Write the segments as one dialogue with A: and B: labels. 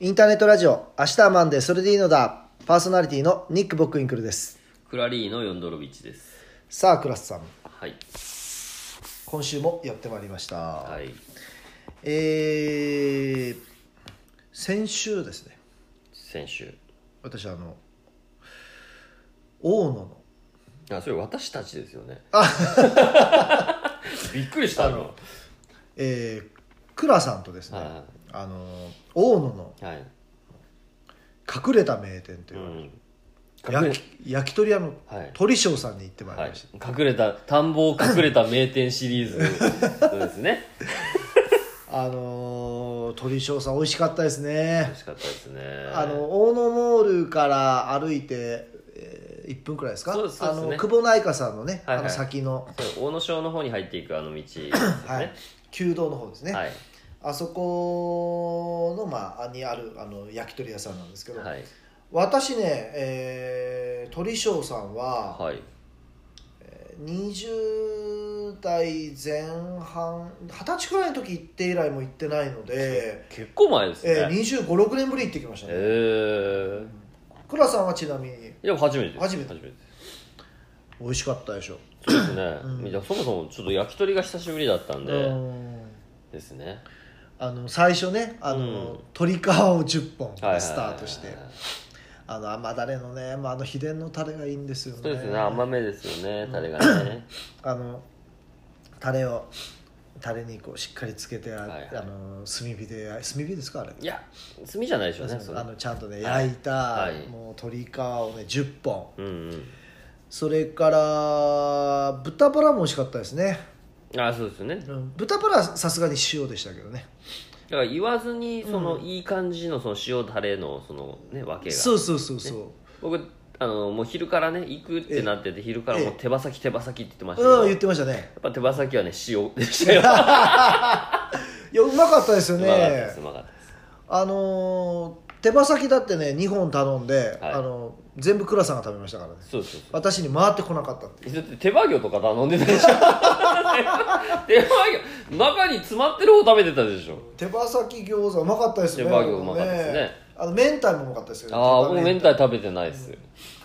A: インターネットラジオ、明日はマンデー、それでいいのだ。パーソナリティのニック・ボックインクルです。
B: クラリーのヨンドロビッチです
A: さあ、クラスさん、
B: はい
A: 今週もやってまいりました。
B: はい
A: えー、先週ですね、
B: 先週
A: 私、あの、大野の、
B: あそれ私たちですよねびっくりした今
A: えー、クラさんとですね、
B: は
A: あの、大野の
B: いはい
A: 隠れた名店と
B: う
A: いう、
B: ん隠れ
A: 焼き焼き鳥屋の
B: はい
A: 鳥翔さんに行ってまいり
B: はい
A: ました、、
B: 隠れた田んぼを隠れた名店シリーズそうです ね
A: あのー鳥翔さん美味しかったです
B: 美
A: ね
B: 味しかったですね
A: あの大野モールから歩いて、え1分くらいですか
B: そうですそうですね
A: あの久保内華さんのね、
B: はいはい
A: あの先の、
B: そう大野省の方に入っていくあの道ですねは
A: はい、旧道の方ですね、
B: はい
A: あそこの、まあ、にあるあの焼き鳥屋さんなんですけど、
B: はい
A: 私ね、えー、鳥翔さんは、
B: はい
A: 20代前半二十歳くらいの時行って以来も行ってないので、
B: 結構前ですね
A: えー、2 5 6年ぶり行ってきましたね、
B: え
A: 倉さんはちなみに
B: ー、いや初めてです
A: 初めて
B: 初めてです
A: 美味しかったでしょ
B: そうですね、
A: うん
B: いやそもそもちょっと焼き鳥が久しぶりだったんで、
A: うん
B: ですね
A: あの最初ねあの、
B: うん
A: 鶏皮を10本
B: はいはいはいはい
A: スタートしてあの甘だれのね、まあ、あの秘伝のタレがいいんですよね
B: そうですね甘めですよねタレがね、
A: あのタレをタレにこうしっかりつけて、あ
B: はいはい
A: あの炭火で炭火ですかあれ
B: いや炭じゃないでしょうねそれ
A: あのちゃんとね
B: は
A: 焼
B: い
A: いた、
B: はい
A: もう鶏皮をね10本
B: うんうん
A: それから豚バラも美味しかったですね、
B: あそうですよねだか
A: うん豚バラはさすがに塩でしたけどね
B: ら言わずにその、
A: うん
B: いい感じのその塩タレのそのね分けが
A: そうそうそうそう、
B: 僕あのもう昼からね行くってなってて昼から
A: え
B: も
A: え
B: う手羽先手羽先って言ってましたけど、
A: うん言
B: や
A: ってましたね
B: っぱ手羽先はね 塩でしたようまかっ
A: いやうまかったですよ
B: た
A: ね
B: ですうまかったです
A: あのー手羽先だってね2本頼んで、
B: はい
A: あのー全部倉さんが食べましたからね
B: そうそうそう
A: 私に回ってこなかったって
B: だって手羽魚とか頼んで たでしょ手羽魚中に詰まってる方食べてたでしょ
A: 手羽先餃子うまかったですよね
B: 手羽餃子うまかったですね
A: あの明太もうまかったですよね
B: ああ
A: 手
B: 僕
A: 羽
B: 明太食べてないです、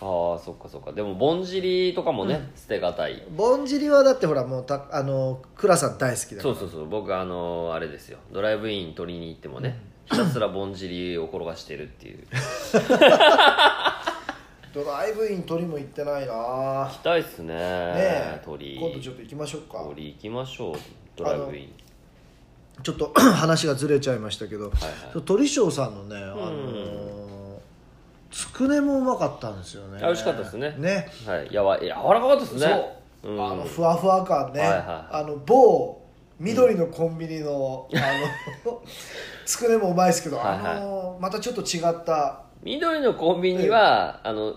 B: ああそっかそっかでもぼんじりとかもね、捨てがたい
A: ぼんじりはだってほらもうたあのー倉さん大好きだか
B: そ
A: ら
B: うそうそう僕あのーあれですよドライブイン取りに行ってもね、ひたすらぼんじりを転がしてるっていう
A: ドライブイン鳥も行ってないな
B: 行きたいっすね
A: ねえ
B: 鳥
A: 今度ちょっと行きましょうか
B: 鳥行きましょうドライブイン
A: ちょっと 話がずれちゃいましたけど、
B: はい
A: そう鳥翔さんのね、あのーつくねもうまかったんですよね
B: あ美味しかったですね
A: ね
B: はい、はい、やわ柔らかかったですね
A: そう、
B: ん
A: あのふわふわ感ね、
B: はいは
A: あの某緑のコンビニの、あの つくねもうまいですけど、
B: はいはい
A: あのーまたちょっと違った
B: 緑のコンビニは、あの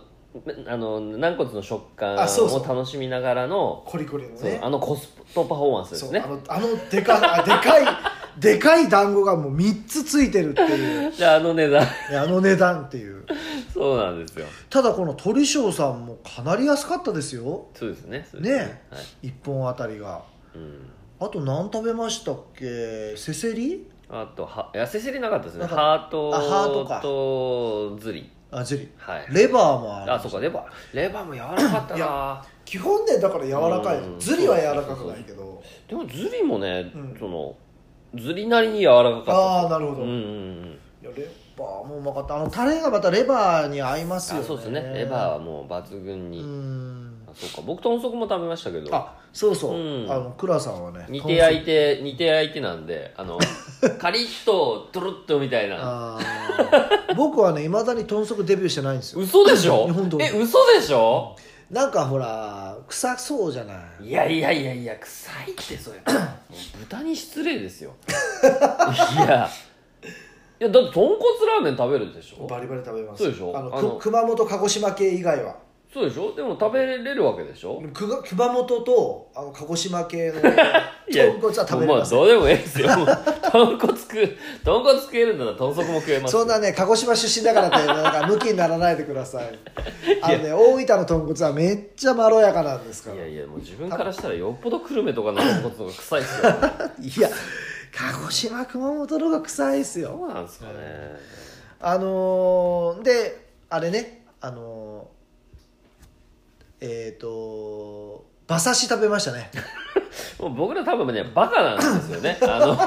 B: あの軟骨の食感
A: あそうそう
B: を楽しみながらの
A: コリコリの
B: そう
A: ね
B: あのコストパフォーマンスで
A: そ
B: す
A: う
B: ね
A: あのあのでかあでかい でかい団子がもう3つついてるっていう
B: であの値段
A: ねあの値段っていう
B: そうなんですよ
A: ただこの鳥翔さんもかなり安かったですよ
B: そうですねそうです
A: ね
B: はい
A: 1本あたりが
B: うん、
A: あと何食べましたっけせせり
B: あとはせせりなかったですね
A: なかっ
B: ハート
A: あハートか
B: とズリ
A: あゼリー
B: はい
A: レバーもある
B: あそうかレバーレバーも柔らかかった
A: い
B: な
A: 基本ねだから柔らかい
B: うん
A: ズリは柔らかくないけど
B: でもズリもね、
A: うん
B: そのズリなりに柔らかかっ
A: ああーなるほ
B: た
A: ど、
B: うんう
A: い
B: んうん
A: やレバーもうまかったあのタレがまたレバーに合いますよ
B: あ
A: ね
B: そうですねレバーはもう抜群に、
A: うん
B: あそうか僕豚足も食べましたけど
A: あそうそう、
B: うん
A: あの倉さんはね
B: 煮て焼いて煮て焼いてなんであのカリッとトロッとみたいな
A: あー僕はねいまだに豚足デビューしてないんですよ
B: 嘘でしょ
A: 日本どうぞ
B: え嘘でしょ
A: なんかほら臭そうじゃない
B: いやいやいやいや臭いってそれもう豚に失礼ですよいやいやだって豚骨ラーメン食べるでしょ
A: バリバリ食べます
B: そうでしょ
A: あの
B: あの
A: く熊本鹿児島系以外は
B: そうでしょでも食べれるわけでしょ
A: くが熊本とあの鹿児島系の
B: いや
A: 豚骨は食べれません
B: もうどうでもええですよもう豚骨食う豚骨食えるんだったら豚足も食えます
A: そんなね鹿児島出身だからってなんか向きにならないでくだ さいあのね大分の豚骨はめっちゃまろやかなんですから
B: い
A: い
B: や
A: や
B: いやもう自分からしたらよっぽど久留米とかの豚骨の方が臭いっすよ
A: 鹿児島熊本の方が臭いですよ
B: そうなんですかね
A: あのーであれねあのーえっ、と馬刺し食べました ね
B: もう僕ら多分ねバカなんですよね あの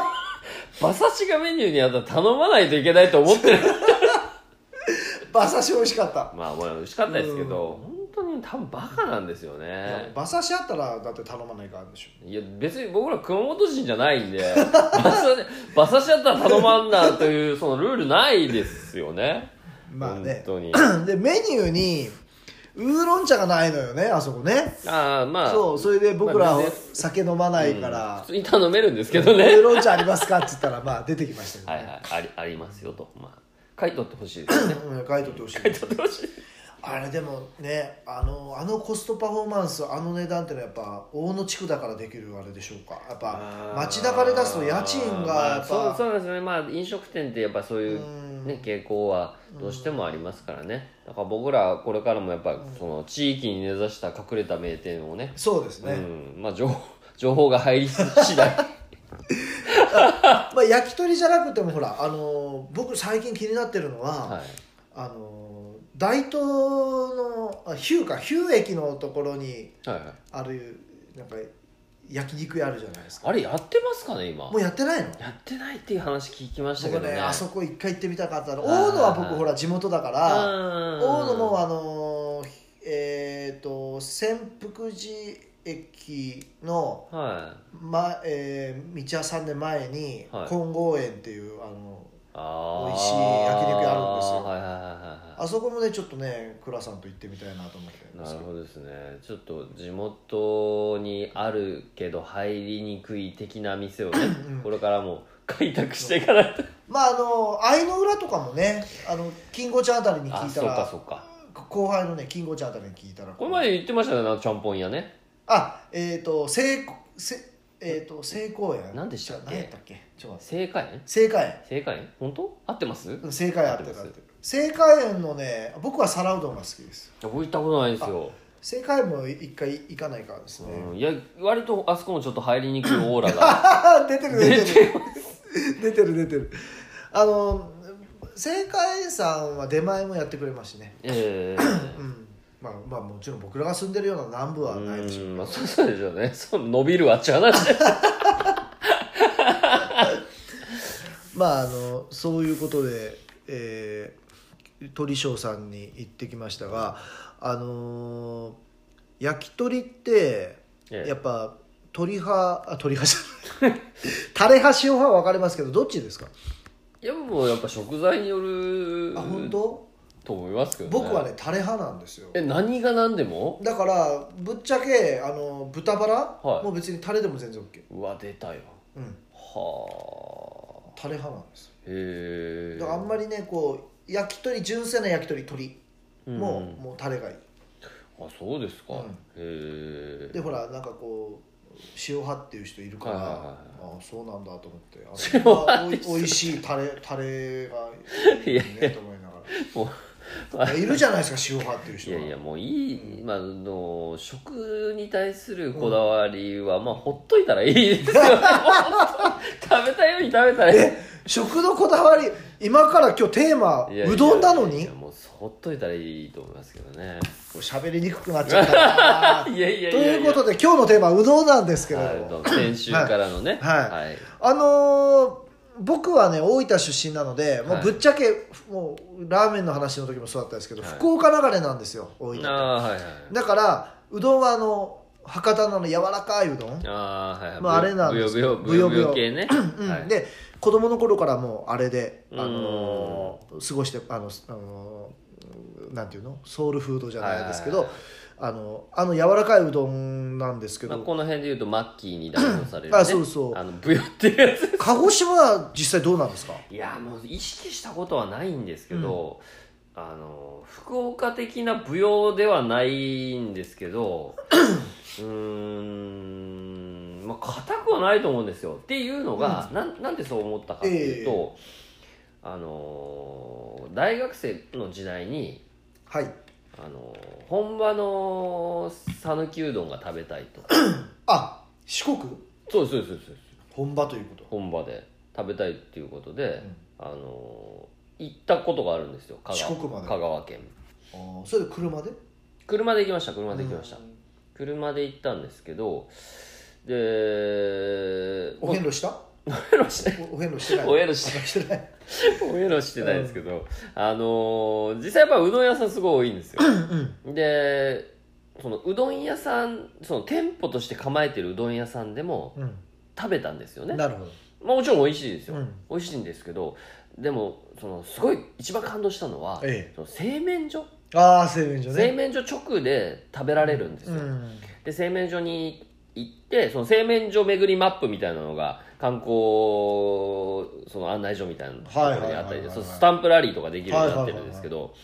B: 馬刺しがメニューにあったら頼まないといけないと思ってる
A: 馬刺し美味しかった
B: まあ俺は美味しかったですけど本当に多分バカなんですよ
A: いや
B: ね
A: 馬刺しあったらだって頼まないからあるでし
B: いや別に僕ら熊本人じゃないんで馬刺し馬刺しだったら頼まんなというそのルールないですよね
A: ょまあね
B: 本当に
A: でメニューにウーロン茶がないのよねあそこね
B: ああまあ
A: そうそれで僕
B: ま
A: ら
B: あね
A: 酒飲まないか
B: うん
A: ら
B: 普通に頼めるんですけ
A: 「
B: ど
A: ウー
B: ね
A: ロン茶ありますか?」って言ったらまあ出てきましたけど
B: はい
A: ね、
B: はいありありますよとまあ書いとってほしいですよね
A: うん書いとってほしい
B: 書いとってほしい
A: あれでもねあのあのコストパフォーマンスあの値段ってのはやっぱ大野地区だからできるあれでしょうかやっぱ街中で出すと家賃がやっぱ、
B: まあそうそうですねまあ飲食店ってやっぱそういううんね傾向はどうしてもありますからねだから僕らこれからもやっぱその地域に根ざした隠れた名店をね
A: そうですね、
B: うんまあ情 報情報が入り 次第
A: まあ、焼き鳥じゃなくてもほらあの僕最近気になってるのは、
B: はい
A: あの大東のあヒューかヒュー駅のところに
B: はいはい
A: あるなんか焼肉屋あるじゃないですか
B: あれやってますかね今
A: もうやってないの
B: やってないっていう話聞きましたけど
A: 僕
B: ね
A: ねあそこ一回行ってみたかったの
B: あ
A: 大
B: ー
A: 野は僕ほら地元だから
B: 大
A: 大野もあのーえっ、と潜伏寺駅の、
B: はい
A: まえー道屋さんで前に
B: はい
A: 金剛園っていうあの
B: あー
A: 美味しい焼肉屋あるんですよ
B: はいはいはいはい
A: あそこもねちょっとね倉さんと行ってみたいなと思ってるんで
B: な
A: す
B: る
A: けど
B: ほどですねちょっと地元にあるけど入りにくい的な店をね、
A: うん
B: これからも開拓していかないと
A: まああの相の裏とかもねあの金吾ちゃんあたりに
B: あ
A: 聞いた
B: そうからそうか
A: 後輩のね金吾ちゃんあたりに聞いたら
B: これ前言ってましたねなんかちゃんぽん屋ね
A: あえっ、と成せえっ、と成功園
B: 何でしたっけ
A: 何やったっけちょっと待って
B: 正解園
A: 成果園
B: 正解園本当合ってます
A: うん正解あってた
B: 合
A: っ
B: って
A: て正解園のね僕は皿うどんが好きです
B: 僕行ったことないんですよ、
A: 正解園も一回行かないからですね、
B: うん、いや割とあそこもちょっと入りにくいオーラ が
A: 出てる出て
B: 出
A: る
B: てます
A: 出てる出てるあの正解園さんは出前もやってくれますしね
B: ええ
A: うんまあまあもちろん僕らが住んでるような南部はないでしょう
B: うんまあそうそうでしょうねそう伸びるわっちゃ う話で
A: まああのそういうことで、えー鳥翔さんに行ってきましたがあのー焼き鳥って
B: ええ
A: やっぱ鳥派あ鳥派じゃない タレ派塩派は分かれますけどどっちですか
B: いやもうやっぱ食材による
A: あ本当
B: と思いますけど、ね、
A: 僕はねタレ派なんですよ
B: え何が何でも
A: だからぶっちゃけあの豚バラ、
B: はい
A: もう別にタレでも全然 OK、
B: うわ出たよ
A: うん、
B: はあ
A: タレ派なんですよ
B: へえ
A: だからあんまりねこう焼き鳥純正な焼き鳥鳥も、
B: うん
A: もうタレがいい
B: あそうです
A: う
B: か、
A: ん
B: へえ
A: でほらなんかこう塩派っていう人いるから、
B: はいはいはい
A: ああそうなんだと思ってあのおいおいしいタレタレがいいねと思いなが
B: も
A: らいやいるじゃないですか塩派っていう
B: うい
A: 人
B: や
A: が
B: いやもういい、まああの食に対するこだわりは、まあほっといたらいいで すよ、ね、食べたいように食べたらいい
A: え食のこだわり今から今日テーマ
B: いやいや
A: うどんなの
B: い
A: に
B: やもうほっといたらいいと思いますけどね
A: 喋りにくくなっちゃったな
B: いやいやい
A: と
B: や
A: いうこと
B: で
A: で今日のテーマはうどんなんですけれども、
B: 先週からのね
A: はい
B: はい、
A: あのー僕はね大分出身なので、も
B: は
A: う
B: い
A: ぶっちゃけもうラーメンの話の時もそうだったんですけど、
B: はい
A: 福岡流れなんですよ大分って
B: ああはいはい
A: だからうどんはあの博多のあの柔らかいうどん、
B: ああはいはい
A: まああれなん
B: ぶ
A: で
B: よ
A: す
B: ぶ
A: けど
B: よぶよぶよ
A: ぶ
B: 系
A: よ
B: ね
A: うん
B: はい
A: で子供の頃からもうあれで、あのー過ごしてあの、あのーなんていうのソウルフードじゃないですけど、
B: はいはい
A: あのあの柔らかいうどんなんですけ
B: まあ、
A: ど、
B: この辺でいうとマッキーに代表される、ね、
A: あそうそう
B: あのブヨっていうやつ
A: 鹿児島は実際どうなんですか
B: いやもう意識したことはないんですけど、あの福岡的な舞踊ではないんですけど うーんまあ硬くはないと思うんですよっていうのが、なんなんでそう思ったかっていうと、あの大学生の時代に
A: はい
B: あの本場の讃岐うどんが食べたい と
A: あ四国
B: そうですそうですそうです
A: 本場ということ
B: 本場で食べたいっていうことで、
A: ん
B: あの行ったことがあるんですよ香
A: 四国ま
B: 川
A: で
B: 香川県
A: あーそれで車で
B: 車で行きました車で行きました、
A: うん
B: 車で行ったんですけどで
A: お遍路した
B: お遍路して
A: おお遍路してない
B: お遍路して
A: あしてない
B: お遍路してないですけど、あのー実際やっぱうどん屋さんすごい多いんですよ
A: うん
B: でそのうどん屋さんその店舗として構えてるうどん屋さんでも
A: うん
B: 食べたんですよね、ま
A: なるほど
B: あ、もちろん美味しいですよ、
A: うん
B: 美味しいんですけどでもそのすごい一番感動したのは、
A: ええ
B: その製麺所、
A: ああ製麺所
B: 製
A: ね
B: 麺所直で食べられるんですよ、
A: うん
B: で製麺所に行ってその製麺所巡りマップみたいなのが観光その案内所みたいなの
A: はいはいはいはい
B: にあったりでそのスタンプラリーとかできるようになってるんですけど。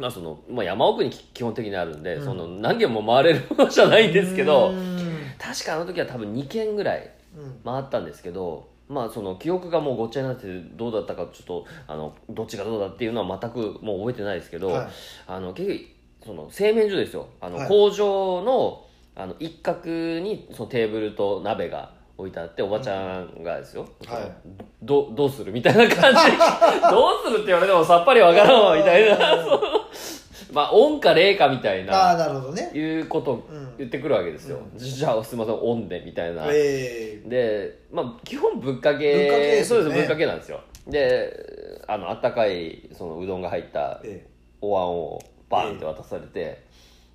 B: まあそのまあ、山奥に基本的にあるんで、
A: うん
B: その何軒も回れるものじゃないんですけど、
A: うん
B: 確かあの時は多分2軒ぐらい
A: うん
B: 回ったんですけど、まあ、その記憶がもうごっちゃになっててどうだったかちょっとあのどっちがどうだっていうのは全くもう覚えてないですけど、
A: はい
B: あの結局その製麺所ですよあの、
A: はい
B: 工場のあの一角にそのテーブルと鍋が置いてあっておばちゃんがですよ、その
A: はい
B: どどうするみたいな感じで どうするって言われてもさっぱりわからんわみたい なそうまあ恩か礼かみたい
A: ああ
B: な
A: なるほどね
B: いうことを言ってくるわけですよ、じゃあすいません恩でみたいな、
A: え
B: で、まあ、基本ぶっかけ
A: ぶっかけです
B: そ
A: よ
B: う
A: ね
B: ですぶっかけなんですよであのあったかいそのうどんが入った
A: ええ
B: お椀をバーンって渡されて、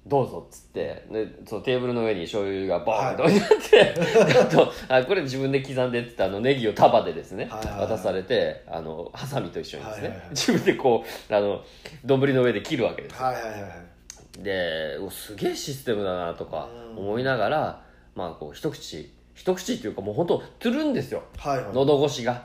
B: どうぞっつってでそのテーブルの上に醤油がバーンって置いてあって、 であとあこれ自分で刻んでっつってあのネギを束でですね、
A: はいはいはい
B: 渡されてあのハサミと一緒にですね、
A: はいはいはい
B: 自分でこうあの丼の上で切るわけです
A: はいはいはいはい
B: でうわすげえシステムだなとか思いながら、まあこう一口一口っていうかもう本当つるんですよ
A: はいはい
B: 喉越しが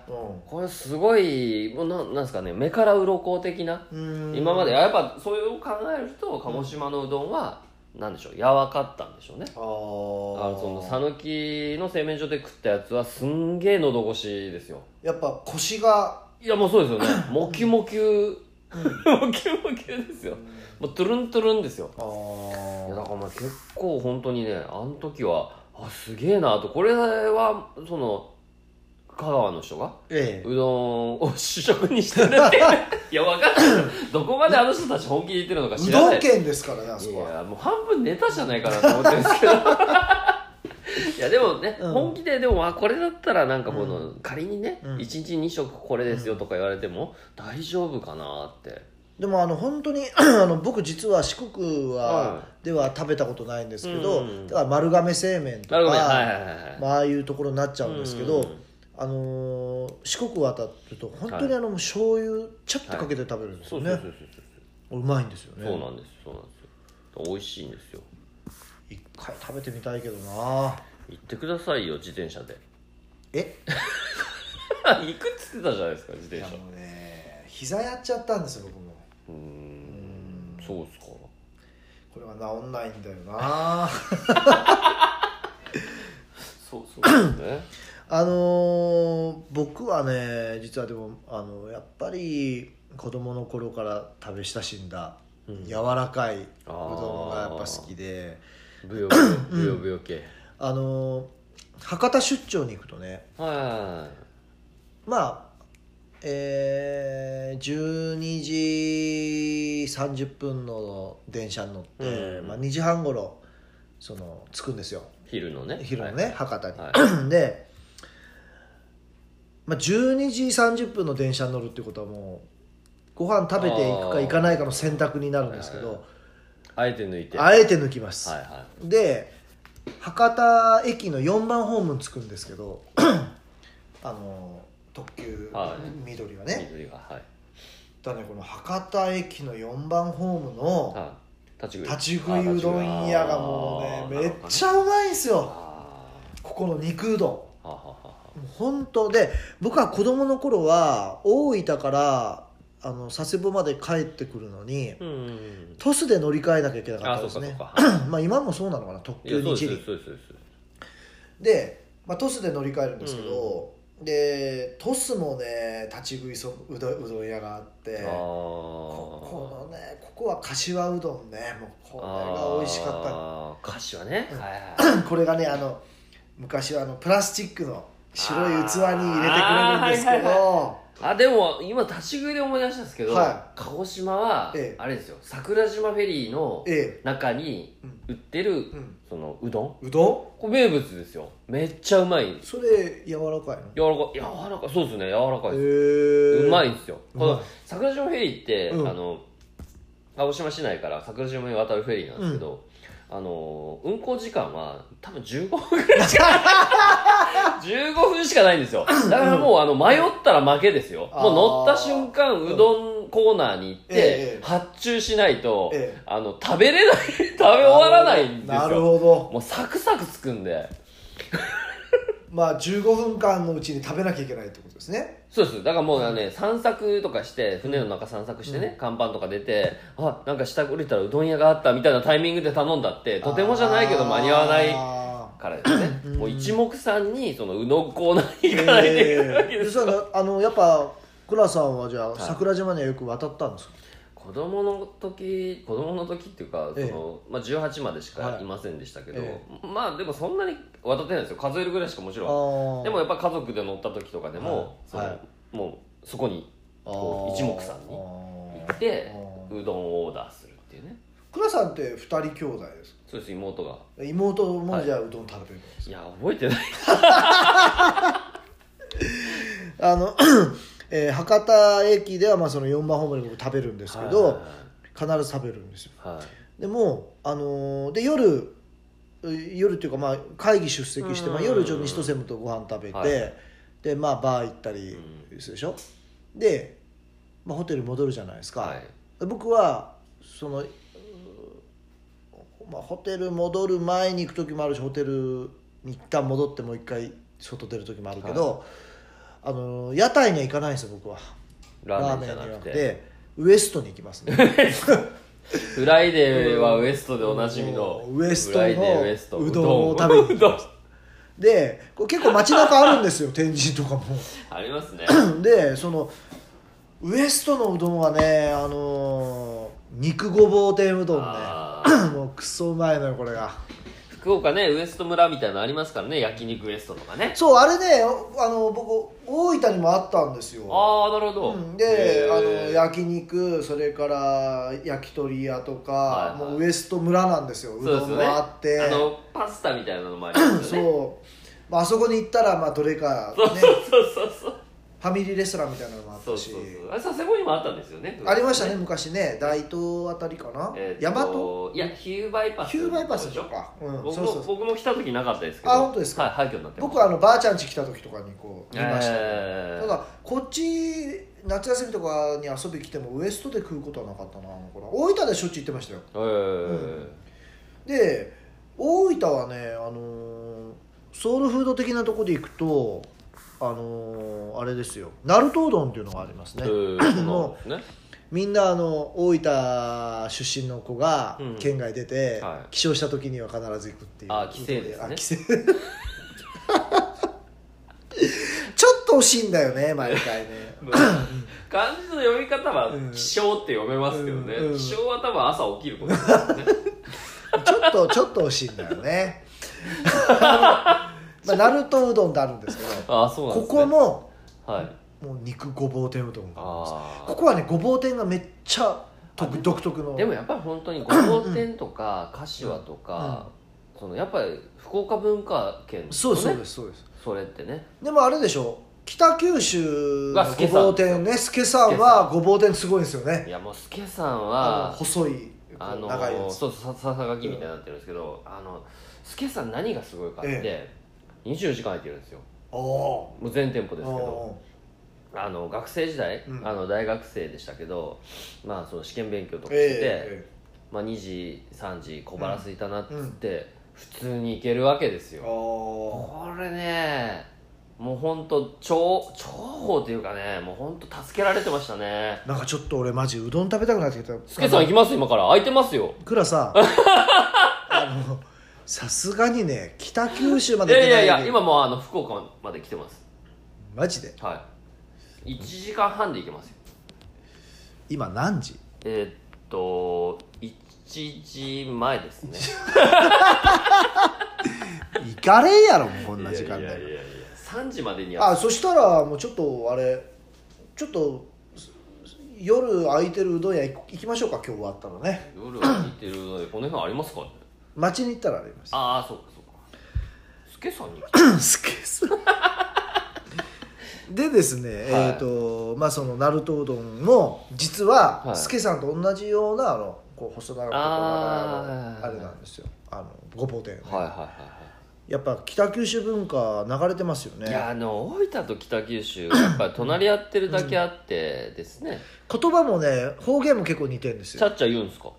B: これすごいもうななんですかね目から鱗的な
A: うん
B: 今までやっぱそれを考えると鹿児島のうどんは何でしょう柔かったんでしょうね
A: ああ
B: あのその讃岐の製麺所で食ったやつはすんげえ喉越しですよ
A: やっぱ腰が
B: いやもうそうです よねもきもきゅもきもきゅですよもうトゥルントゥルンですよ
A: あ
B: いやだ
A: あ
B: からまあ結構本当にねあの時はあすげえなとこれはその香川の人が
A: ええ
B: うどんを主食にしてるって いや分かんないどこまであの人たち本気で言ってるのか
A: う
B: 知らな
A: ど
B: い
A: ん県ですからねあそ
B: い
A: こは
B: やもう半分ネタじゃないかなと思ってるんです けどいやでもね、
A: うん
B: 本気ででもあこれだったらなんかこの、仮にね、
A: うん
B: 一1日2食これですよとか言われても大丈夫かなって
A: でもあの本当に あの僕実は四国
B: は
A: はでは食べたことないんですけど、
B: うん
A: だから丸亀製麺とか、
B: なるほどねはいはいはいはい、
A: まあああいうところになっちゃうんですけど、
B: うん
A: あのー四国渡ってると本当にあの醤油ちょっとかけて食べるんです
B: そ
A: よ
B: う
A: ね、
B: そうそうそう
A: うまいんですよね
B: そうなんですそうなんですよ美味しいんですよ
A: 一回食べてみたいけどな
B: 行ってくださいよ自転車で
A: え
B: 行くっつってたじゃないですか自転
A: あ
B: 車
A: のね膝やっちゃったんですよ僕も
B: うーんそうっすか
A: これは治んないんだよ な
B: そうそうですね
A: あのー僕はね実はでもあのやっぱり子供の頃から食べ親しんだ
B: うん
A: 柔らかいう
B: あ
A: ど
B: ー
A: んがやっぱ好きで
B: ブヨブヨブヨブヨ系
A: あのー博多出張に行くとね
B: は
A: まあえー12時30分の電車に乗って、
B: うん
A: まあ、2時半頃その着くんですよ
B: い昼のね
A: 昼のね、
B: はい
A: 博多に、
B: は
A: で、まあ、12時30分の電車に乗るってことはもうご飯食べていく
B: あ
A: か
B: ー
A: 行かないかの選択になるんですけど
B: あえて抜いて
A: あえて抜きます、
B: はいは
A: で博多駅の4番ホームに着くんですけどあの特急、
B: はい
A: 緑はいね
B: 水がはい
A: だねこの博多駅の4番ホームの
B: はい立ち食い
A: 立ち食いうどん屋がもうねめっちゃうまいんですよ
B: あ
A: ここの肉うどん
B: ーなるほどねあーはははは
A: もう本当で僕は子供の頃は大分からあの佐世保まで帰ってくるのに
B: うんうんうん
A: 鳥栖で乗り換えなきゃいけなか
B: あ
A: っ
B: ー
A: た
B: そ
A: で
B: う
A: す
B: かそう
A: ね
B: か
A: まあ今もそうなのかな特
B: いや
A: 急
B: そ
A: に
B: うです
A: チ
B: そうで
A: リ
B: すそうですそうです
A: で、まあ、鳥栖で乗り換えるんですけど、で鳥栖もね立ち食いそうどんうどん屋があって
B: あ
A: ここのねここは柏うどんねもうこれが美味しか
B: った歌詞はね、
A: うん
B: はいはい
A: ったこれがねあの昔はあのプラスチックの白い器に入れてくれるんですけど、
B: あーはいはいあでも今立ち食いで思い出したんですけど、
A: は
B: 鹿児島は、
A: ええ
B: あれですよ桜島フェリーの
A: え
B: 中に売ってる、
A: え、うん、
B: そのうどん
A: うど
B: これ名物ですよめっちゃうまい
A: んそれ柔らかいの
B: 柔らかい柔らかいそうですね柔らかいです、
A: へ
B: うま
A: い
B: いんですよ
A: う
B: こ
A: まい
B: の桜島フェリーって、
A: うん
B: あの鹿児島市内から桜島に渡るフェリーなんですけど、あの運行時間は多分15分ぐらいしか15分しかないんですよだからもうあの迷ったら負けですよ、
A: あー
B: もう乗った瞬間
A: ん
B: うどんコーナーに行って、
A: ええ
B: 発注しないと、
A: ええ
B: あの食べれない食べ終わらないんです
A: なる
B: よ
A: ほど
B: もうサクサクつくんで
A: まあ15分間のうちに食べなきゃいけないってことですね
B: そうですだからもうね散策とかして船の中散策してね、看板とか出てあなんか下降りたらうどん屋があったみたいなタイミングで頼んだってとてもじゃないけど間に合わない
A: あ
B: からですね
A: うん
B: もう一目散にそのうどんコーナー
A: ー
B: に行かないといけないわけ
A: ええ
B: です、
A: そしたらあ のやっぱ倉さんはじゃあ
B: い
A: 桜島にはよく渡ったんですか
B: 子供の時子供の時っていうかそ
A: ええ
B: の、まあ、18までしか
A: はい
B: いませんでしたけど、
A: え
B: まあでもそんなに渡ってないですよ数えるぐらいしかもち
A: あ
B: ろん
A: ー
B: でもやっぱ家族で乗った時とかでも、その
A: はい
B: もうそこに
A: あ
B: こ
A: ー
B: う一目散に行ってうどんをオーダーするっていうね
A: 倉さんって二人兄弟ですか
B: そうです妹が
A: 妹もじゃあうどん食べてるんです
B: いや覚えてない
A: あの、えー博多駅ではまあその4番ホームで僕食べるんですけど、
B: はい
A: 必ず食べるんですよ
B: はいはい
A: でもうあのーで夜う夜っていうかまあ会議出席して、
B: うん
A: まあ、夜ジョニシトセムとご飯食べて、
B: はい
A: でまあバー行ったりするでしょ、で、まあ、ホテル戻るじゃないですか、
B: はい
A: で僕はその、うーまあ、ホテル戻る前に行く時もあるしホテルに一旦戻ってもう一回外出る時もあるけど、あのー屋台には行かないんですよ僕は
B: ラーメンじゃな
A: ラ
B: く
A: ーメン
B: て
A: ウエストに行きますね
B: フライデーはウエストでおなじみの
A: うんウエストの
B: フライデーウエスト
A: うどんを食べに行き
B: うどん
A: でこれ結構街中あるんですよ天神とかも
B: ありますね
A: でそのウエストのうどんはねあのー肉ごぼう天うどん
B: あ
A: ね もうクソうまいのよこれが
B: 福岡ねウエスト村みたいなのありますからね焼肉ウエストとかね
A: そうあれねあの僕大分にもあったんですよ
B: ああなるほど、
A: うんで
B: へー
A: あの焼肉それから焼き鳥屋とか、
B: はいはい
A: もうウエスト村なんですよう
B: そうで
A: ど
B: す
A: ん
B: よね
A: もあって
B: あのパスタみたいなのもありますよね
A: そう、まああそこに行ったらまあどれか、ね、
B: そう そうそう
A: ファミリーレストランみたいなのもあっ
B: そう
A: たし
B: そうそうあれ佐世保にもあったんですよね
A: ありましたね昔ね大東あたりかな、
B: えー
A: 大和
B: といやヒューバイパス
A: ヒューバイパスでしょか、うん、
B: 僕
A: そう
B: も
A: そうそう
B: 僕も来た時なかったですけど
A: あ本当ですか
B: はい廃墟になってます
A: 僕はあのばあちゃん家来た時とかにこう見ました、
B: え
A: ただこっち夏休みとかに遊び来てもウエストで食うことはなかったなあの頃大分でしょっちゅう行ってましたよ
B: えー
A: で大分はね、あのーソウルフード的なとこで行くとあのーあれですよ鳴門うどんっていうのがあります
B: え
A: ね、
B: ーそうなんですね
A: みんなあの大分出身の子が
B: うん
A: 県外出て、
B: はい
A: 起床した時には必ず行くっていう
B: あ帰省ですね
A: あ帰省 ちょっと惜しいんだよね毎回ね
B: 漢字の読み方は
A: うん
B: 「気象」って読めますけどね
A: うんうん
B: 気象は多分朝起きることですね
A: ちょっとちょっと惜しいんだよね あのまあ、ナルトうどんってあるんですけど
B: ああそうなん
A: こ
B: ですね
A: こも
B: はい
A: もう肉ごぼう天うどんがあり
B: あ
A: ます
B: ー
A: ここはねごぼう天がめっちゃ独独特の
B: でもやっぱり本当に五号店とか柏とかそのやっぱり福岡文化圏です
A: そ
B: よ
A: うで
B: ね
A: すそうですそうです
B: それってね
A: でもあれでしょ北九州の
B: が
A: ご
B: 助さん
A: ぼう天ね助さんはごぼう天すごいんですよね
B: いやもう助さん
A: あの
B: は
A: 細いこ
B: あ
A: う
B: の
A: 長いやつ
B: そうそうささがきみたいになってるんですけど、あのスケさん何がすごいかって、24時間空いてるんですよ
A: おお
B: もう全店舗
A: ー
B: ですけどあの学生時代、
A: うん
B: あの大学生でしたけど、まあ、その試験勉強とかしてて、
A: え
B: まあ、2時3時小腹空いたなっつって、普通に行けるわけです
A: え
B: よ、
A: お
B: これねもう本当超重宝というかねもう本当助けられてましたね
A: なんかちょっと俺マジうどん食べたくなってきた
B: スケさん行きます今から空いてますよ
A: くら さあのさすがにね北九州ま
B: い
A: で行
B: やい
A: けな
B: や
A: い
B: いや今もうあの福岡まで来てます
A: マジで
B: はい1時間半で行けますよ
A: 今何時
B: えーっと1時前です ね
A: 行かれんやろもうこんな時間
B: いやいやい
A: で
B: やいや3時までには
A: あそしたらもうちょっとあれちょっとす夜空いてるうどん屋行行きましょうか今日はあったらね
B: 夜は似てるのでこの辺ありますかね
A: 街に行ったらあります
B: ああそうかそうかスケさんに来た
A: すけさん でですね、えっ、とまあその鳴門うどんも実
B: は
A: はいすけ、さんと同じようなあのこう細長くとかあ
B: あー
A: のあれなんですよあのごぼう天、
B: はいはいはい
A: やっぱ北九州文化流れてますよ
B: はいいや
A: ね
B: あの大分と北九州やっぱり隣り合ってるだけあってですね、
A: 言葉もね方言も結構似てるんです
B: ちゃ
A: よ
B: っちゃ言うんすか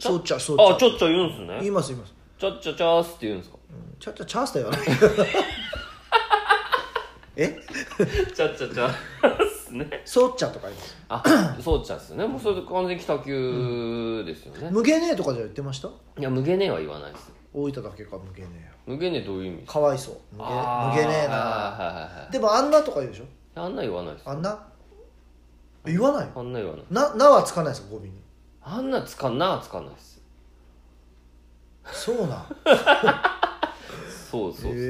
A: そうちゃそうちゃ
B: あちょっちゃ言うんす
A: 言い
B: ね
A: ます言います
B: ちゃっちゃちゃーすって言うんすか
A: ちゃっちゃチャースだよね え
B: ちゃっちゃ ちゃーすね
A: そうちゃとか言います
B: あそうちゃっすねもうそれで完全に北九ですよね、
A: 無限ねえとかじゃ言ってました
B: いや無限ねえは言わないです
A: 大分だけか無限ねえよ
B: 無限ねえどういう意味
A: かわいそう無限無
B: あー
A: 限ねえ
B: はい
A: な
B: はいはいはい
A: でもあんなとか言うでしょ
B: あんな言わないです
A: あんな言わないの
B: あんな言わない
A: ななはつかないですよ語尾に
B: あんなつかんなつかないです
A: そう なん
B: そうそう
A: へ
B: で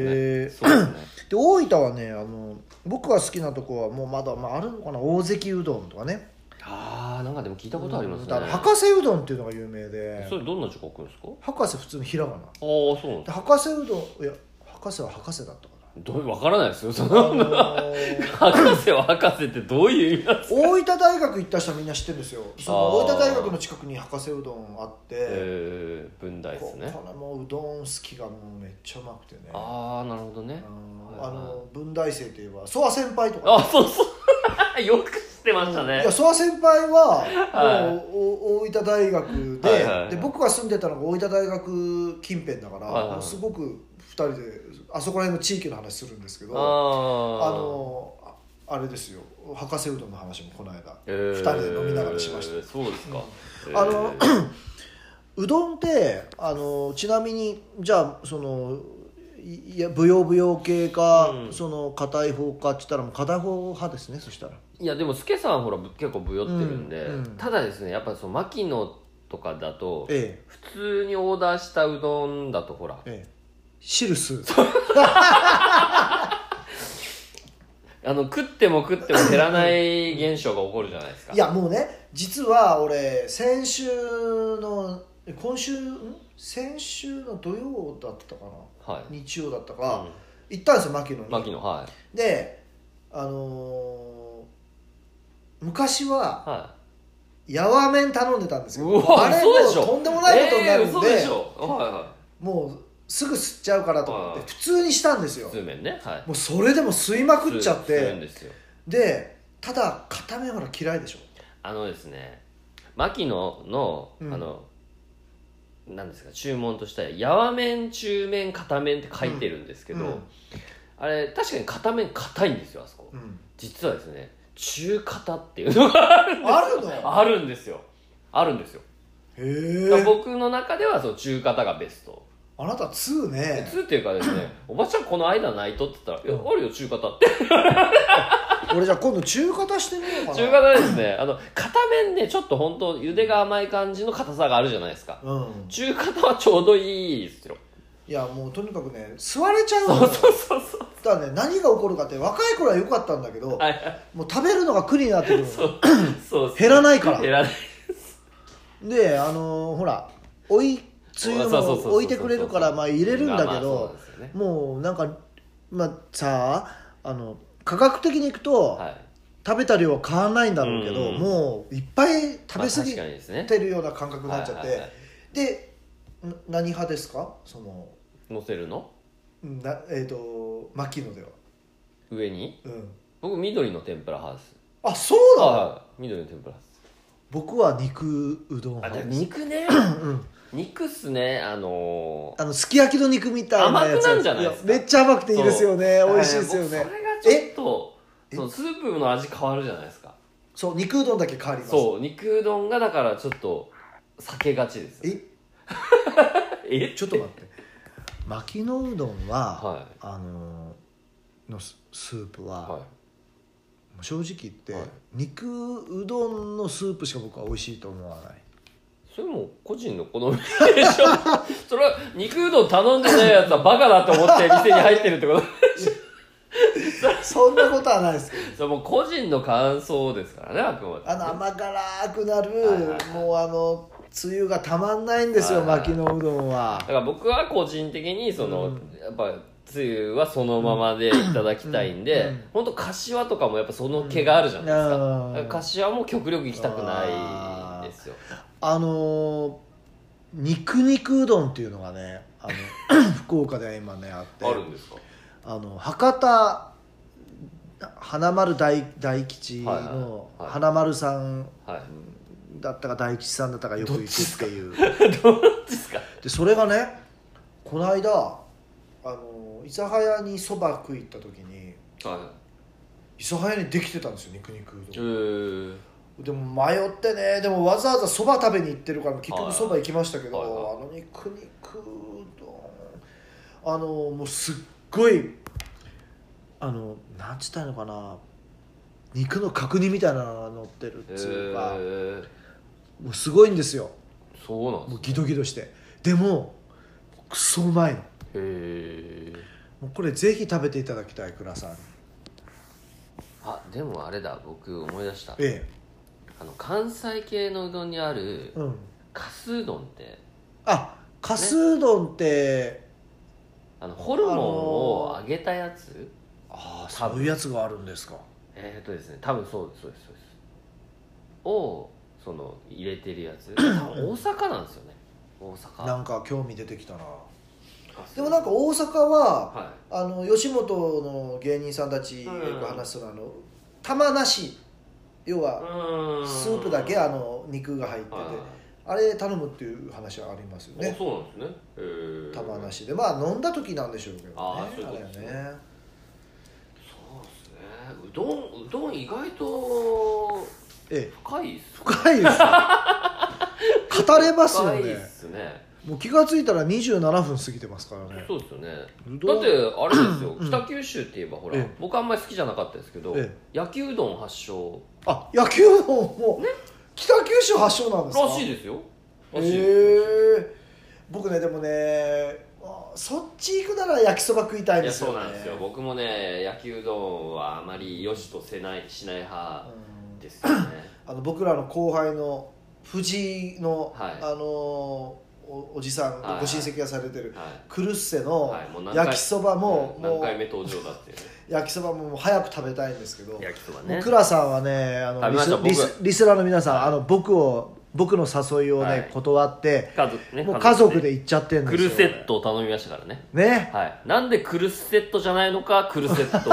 A: ー
B: すねそうですね
A: で大分はねあの僕が好きなとこはもうまだ、まあ、あるのかな大関うどんとかね
B: ああなんかでも聞いたことありますね、
A: だから博士うどんっていうのが有名で
B: それどんな字書くんですかあ
A: 博士普通のひらがな
B: あーそうなん
A: で
B: だ
A: 博士うどんいや博士は博士だったか
B: どうわからないですよそ
A: な、
B: の
A: あのー
B: 博士は博士ってどういう意味なんですか
A: 大分大学行った人はみんな知ってるんですよその
B: あー
A: 大分大学の近くに博士うどんあって、
B: えー、文大で
A: こ
B: すね
A: これもううどん好きがもうめっちゃうまくてねあ
B: ああなるほどね
A: の
B: はい
A: あの文大生といえば諏訪先輩とか、
B: あそうそう よく知ってました
A: い
B: ね
A: や諏訪先輩は
B: はい
A: もうお大分大学で,、
B: はいはいはい
A: で僕が住んでたのが大分大学近辺だから、
B: はいはい
A: もうすごく2人であそこら辺の地域の話するんですけ
B: あ
A: どあ
B: あ
A: のああれですよ博士うどんの話もこの間
B: えー
A: 二人で飲みながらしました
B: そうですか、
A: んあの うどんってあのちなみにじゃあそのいいや舞踊舞踊系か、
B: うん
A: その硬い方かって言ったらもう硬い方派ですねそしたら
B: いやでも助さんほらぶ結構ぶよってるんで、
A: うんうん
B: ただですねやっぱその牧野とかだと
A: え
B: 普通にオーダーしたうどんだとほら
A: えええシルス
B: あの食っても食っても減らない現象が起こるじゃないですか
A: いやもうね実は俺先週の今週ん先週の土曜だったか
B: は
A: ない日曜だった
B: う
A: か、
B: ん
A: 行ったんですよ牧野に
B: 牧野はい
A: であのー昔は
B: は
A: ヤワ麺頼んでたんです
B: い
A: け
B: う
A: ど
B: わ
A: あれも
B: 嘘でしょ
A: うとんでもないことになるん
B: えー、嘘
A: で,、
B: でしょはいは
A: もうすぐ吸っちゃうからと思っ
B: は
A: て
B: い
A: 普通にしたんですよ
B: い通麺ねはい
A: もうそれでも吸いまくっちゃっ
B: 通麺
A: て
B: ですよ
A: でただ片面ほら嫌いでしょ
B: あのですね牧野の、
A: うん
B: あのなんですか注文としては「やわ麺中麺片面」って書いてるんですけど、
A: うんうん
B: あれ確かに片面硬いんですよあそこ
A: うん
B: 実はですね中型っていうのが
A: あるの
B: あるんですよあるんですよ、だから
A: へえ
B: 僕の中ではその中型がベスト
A: あなた2
B: 普
A: ね
B: 通っていうかで すねおばちゃんこの間ないとって言ったら「いやあるよ中型」って
A: 俺じゃあ今度中型してみようかな
B: 中型ですねあの片面ねちょっと本当茹でが甘い感じの硬さがあるじゃないですか
A: うん
B: 中型はちょうどいいですよ
A: いやもうとにかくね吸われちゃうの
B: そう
A: よ
B: そうそうそう
A: だからね何が起こるかって若い頃は良かったんだけど
B: はいはい
A: もう食べるのが苦になってくるの
B: そうそうそう
A: 減らないから
B: 減らない
A: であのーほらおいつゆも
B: そうそうそうそう
A: 置いてくれるからまあ入れるんだ
B: ま
A: け
B: あまあそうな
A: ど
B: んですよね
A: もうなんかまあさああの科学的にいくと、
B: はい
A: 食べた量は変わらないんだろうけど、
B: うん
A: もういっぱい食べ過
B: まあ確かにですね
A: ぎてるような感覚になっちゃって、
B: はいはいはい
A: でな何派ですかその
B: 乗せるの
A: なえっ、と牧野では
B: 上に
A: うん
B: 僕緑の天ぷらハウス
A: あそうなの、
B: はい緑の天ぷらハウス
A: 僕は肉うどん
B: あ
A: 派
B: でも
A: です
B: 肉 ね
A: うん
B: 肉っすねあのー
A: あのすき焼きの肉みたいなやつ
B: 甘くなんじゃないですか
A: やめっちゃ甘くていいですよね美味しいですよ
B: だ
A: ね
B: から僕それがちょっとそのスープの味変わるじゃないですか
A: そう肉うどんだけ変わります
B: そう肉うどんがだからちょっと避けがちですよ
A: え
B: え
A: ちょっと待って牧野うどんは、
B: は
A: あのーのススープ
B: い
A: は、
B: は
A: もう正直言って、
B: はい
A: 肉うどんのスープしか僕は美味しいと思わ ない
B: いそれも個人の好みでしょ それは肉うどん頼んでないやつはバカだと思って店に入ってるってこと
A: そんなことはないですけど
B: それもう個人の感想ですからねあくまで
A: あの甘辛くなる
B: はいはいはい
A: もうあのつゆがたまんないんですよ
B: はいはい
A: 牧野うどんは
B: だから僕は個人的にその、
A: うん
B: やっぱつゆはそのままでいただきたいんで、
A: うんうん
B: 本当柏とかもやっぱその毛があるじゃないですか,、
A: うん
B: 柏も極力行きたくないですよ
A: あのー肉肉うどんっていうのがねあ の福岡では今ねあって
B: あるんですか
A: あの博多花丸大大吉
B: はいはいは
A: の
B: い
A: 花丸さん
B: はい
A: だったか大吉さんだったかよく行くっていう
B: どっちですか
A: でそれがねこの間あの諫早にそば食い行った時に
B: は
A: 諫早にできてたんですよ肉肉う
B: い
A: どん
B: うー
A: でも迷ってねでもわざわざそば食べに行ってるから結
B: は
A: 局
B: い
A: そば行きましたけど、
B: はいはい
A: あの肉肉うどんあのもうすっごいあのなんつったらいいのかな肉の角煮みたいなのが乗ってるっ
B: え
A: つうか、
B: ー、
A: もうすごいんですよ
B: そうなんで
A: も
B: す
A: うギドギドしてでもクソうまいの
B: へえ
A: もうこれぜひ食べていただきたい倉さんに
B: あでもあれだ僕思い出した
A: え
B: あの関西系のうどんにある
A: えうん
B: かすうどんって
A: あかすうどんって、
B: あのホルモンを揚げたやつ、
A: ああ
B: 多
A: そ
B: 分
A: ういうやつがあるんですか
B: えー、っとですね多分そうですそうですそうですをその入れてるや つ多分大阪なんですよね大
A: な
B: 阪
A: んか興味出てきたなで
B: で
A: もなんか大阪は
B: は
A: あの吉本の芸人さんたちよく話すのはあの玉なし要
B: い
A: は
B: うーん
A: スープだけあの肉が入ってて
B: はい
A: あれ頼むっていう話はありますよ
B: あ
A: ね
B: そうなんですねへー
A: 玉なしでまあ飲んだ時なんでしょうけどね
B: あ
A: あ
B: ーそういうこと
A: れ
B: ですね
A: ね
B: そうですねうどんうどん意外と
A: ええ
B: 深いっす
A: 深いで すよ語れますよ
B: 深いっ
A: ね
B: すね
A: もう気が付いたら27分過ぎてますからね
B: そうですよね
A: うど
B: だ
A: ん
B: ってあれですよ
A: うん
B: 北九州って言えばほら
A: ええ
B: 僕あんまり好きじゃなかったですけど
A: え
B: 焼きうどん発祥
A: あ野球のもう北九州発祥なんですから
B: しいですよらしいです
A: へえ僕ねでもねあそっち行くなら焼きそば食いたいん
B: い
A: で
B: や
A: すよ、ね、
B: そうなんですよ僕もね焼きうどんはあまり良しとせないしない派
A: うん
B: ですよね
A: あの僕らの後輩の藤井の、
B: はい
A: あのおおじさん
B: はいはい
A: ご親戚がされてる、
B: は
A: クルッセ
B: い、
A: の
B: はい、もう何回
A: 焼きそばも,、
B: うん何
A: も
B: 回
A: う
B: 目登場だっていうね
A: 焼きそばももう早く食べたいんですけど、
B: 焼きそば
A: も
B: ね
A: う倉さんはねあの
B: 食べ
A: リ
B: まし
A: ス
B: た
A: リスリスラーの皆さん
B: はい
A: あの僕を僕の誘いをね、
B: はい
A: 断って
B: 家族ね
A: もう家族
B: ね
A: で行っちゃってるんで
B: ク
A: すよ
B: ルセットを頼みましたからね
A: ね
B: はいなんでクルセットじゃないのかクル セットを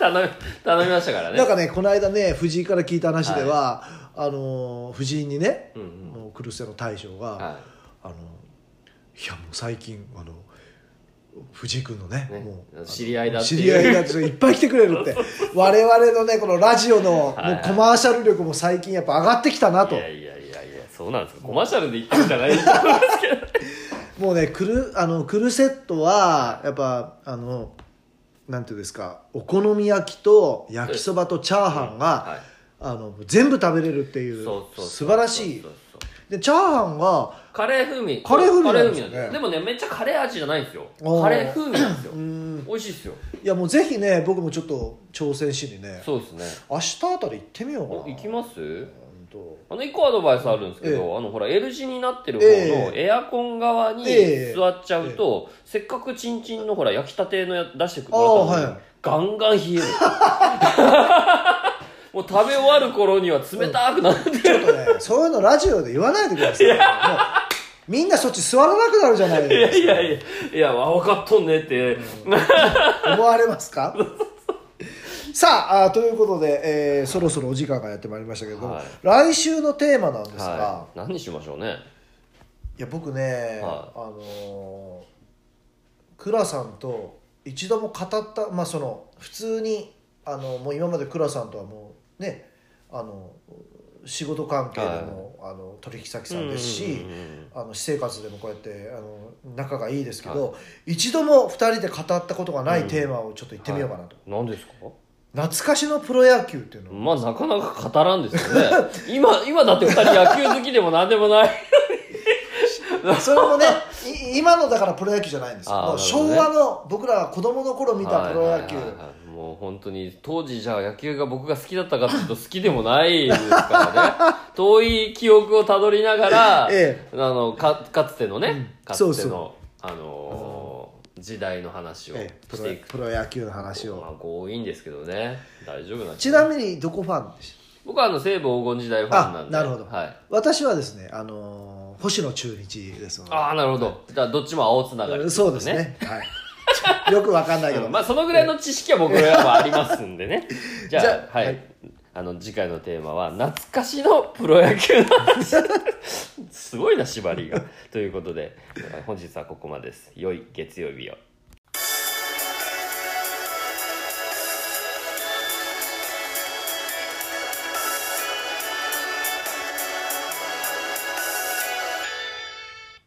B: 頼み頼みましたからね
A: なんかねこの間ね藤井から聞いた話では、あのー藤井にね、
B: うんうん
A: もうクルセの大将が、
B: は
A: あのいやもう最近あの藤井君のね
B: ね
A: もう
B: 知り合いだってい
A: 知
B: う
A: り合いだっていっぱい来てくれるって 我々のねこのラジオのもう
B: はいはい
A: コマーシャル力も最近やっぱ上がってきたない
B: い
A: と
B: やいやいやいやそうなんですよコマーシャルで言ってるじゃないですか
A: もうねクルあのクルセットはやっぱあのなんていうんですかお好み焼きと焼きそばとチャーハンが、
B: はい
A: あの全部食べれるっていう
B: そうそうそう
A: 素晴らしい
B: そうそう
A: でチャーハンが
B: カレー風味
A: カレー風味
B: カレ
A: な
B: ー
A: んです
B: 風
A: ね
B: 味なんですでもねめっちゃカレー味じゃないんですよ
A: おー
B: カレー風味なんですよ
A: うん
B: 美味しいですよ
A: いやもうぜひね僕もちょっと挑戦しにね
B: そうですね
A: 明日あたり行ってみようか
B: お
A: な
B: 行きます
A: うんと
B: あの一個アドバイスあるんですけど、
A: ええ
B: あのほら L 字になってる
A: え
B: 方のエアコン側に
A: ええ
B: 座っちゃうと、せっかくチンチンのほら焼きたてのや出してくれた
A: ああは
B: の
A: い
B: にガンガン冷える もう食べ終わる頃には冷たくなって
A: ちょっとね そういうのラジオで言わないでくださいもうみんなそっち座らなくなるじゃない
B: いや
A: で
B: いやいやいやわ分かっとんねって、
A: すか思われますかさああということで、えーそろそろお時間がやってまいりましたけれども、
B: はい
A: 来週のテーマなんですが、
B: はい、何にしましょうね
A: いや僕ね、
B: は
A: あのー倉さんと一度も語ったまあその普通にあのもう今まで倉さんとはもうねあの仕事関係でも、あの取引先さんですし、
B: うんうんうんうん
A: あの私生活でもこうやってあの仲がいいですけど、一度も2人で語ったことがないテーマをちょっと言ってみようかなと、
B: 何ですか
A: 懐かしのプロ野球っていうのを
B: まあなかなか 語らんですよね今今だって2人野球好きでも何でもない
A: それもねい今のだからプロ野球じゃないんですよもう
B: あーなる
A: 昭
B: ほどね
A: 和の僕らが子供の 頃見たプロ野球
B: はいはいはいはいもう本当に当時じゃあ野球が僕が好きだったかっていうと好きでもないですか らね遠い記憶をたどりながら、
A: え
B: あのかかつてのね、かつて
A: そ
B: の
A: うそ
B: あのー時代の話を
A: ええプ
B: してい
A: ロ
B: く
A: プロ野球の話
B: ま
A: を
B: あ強引ですけどね大丈夫なんです
A: ちなみにどこファンでした
B: 僕はあの西武黄金時代ファンなんで
A: あなるほど
B: はい、
A: 私はですね、あのー星野中日ですので
B: ああなるほど、じゃあどっちも青つながりってこと
A: そうですねはい、 よくわかんないけど、
B: うんまあそのぐらいの知識は僕らはありますん でねじゃあ
A: じゃあ
B: はい、
A: はい
B: あの次回のテーマは「懐かしのプロ野球の 話」すごいな縛りがということで本日はここまでです良い月曜日を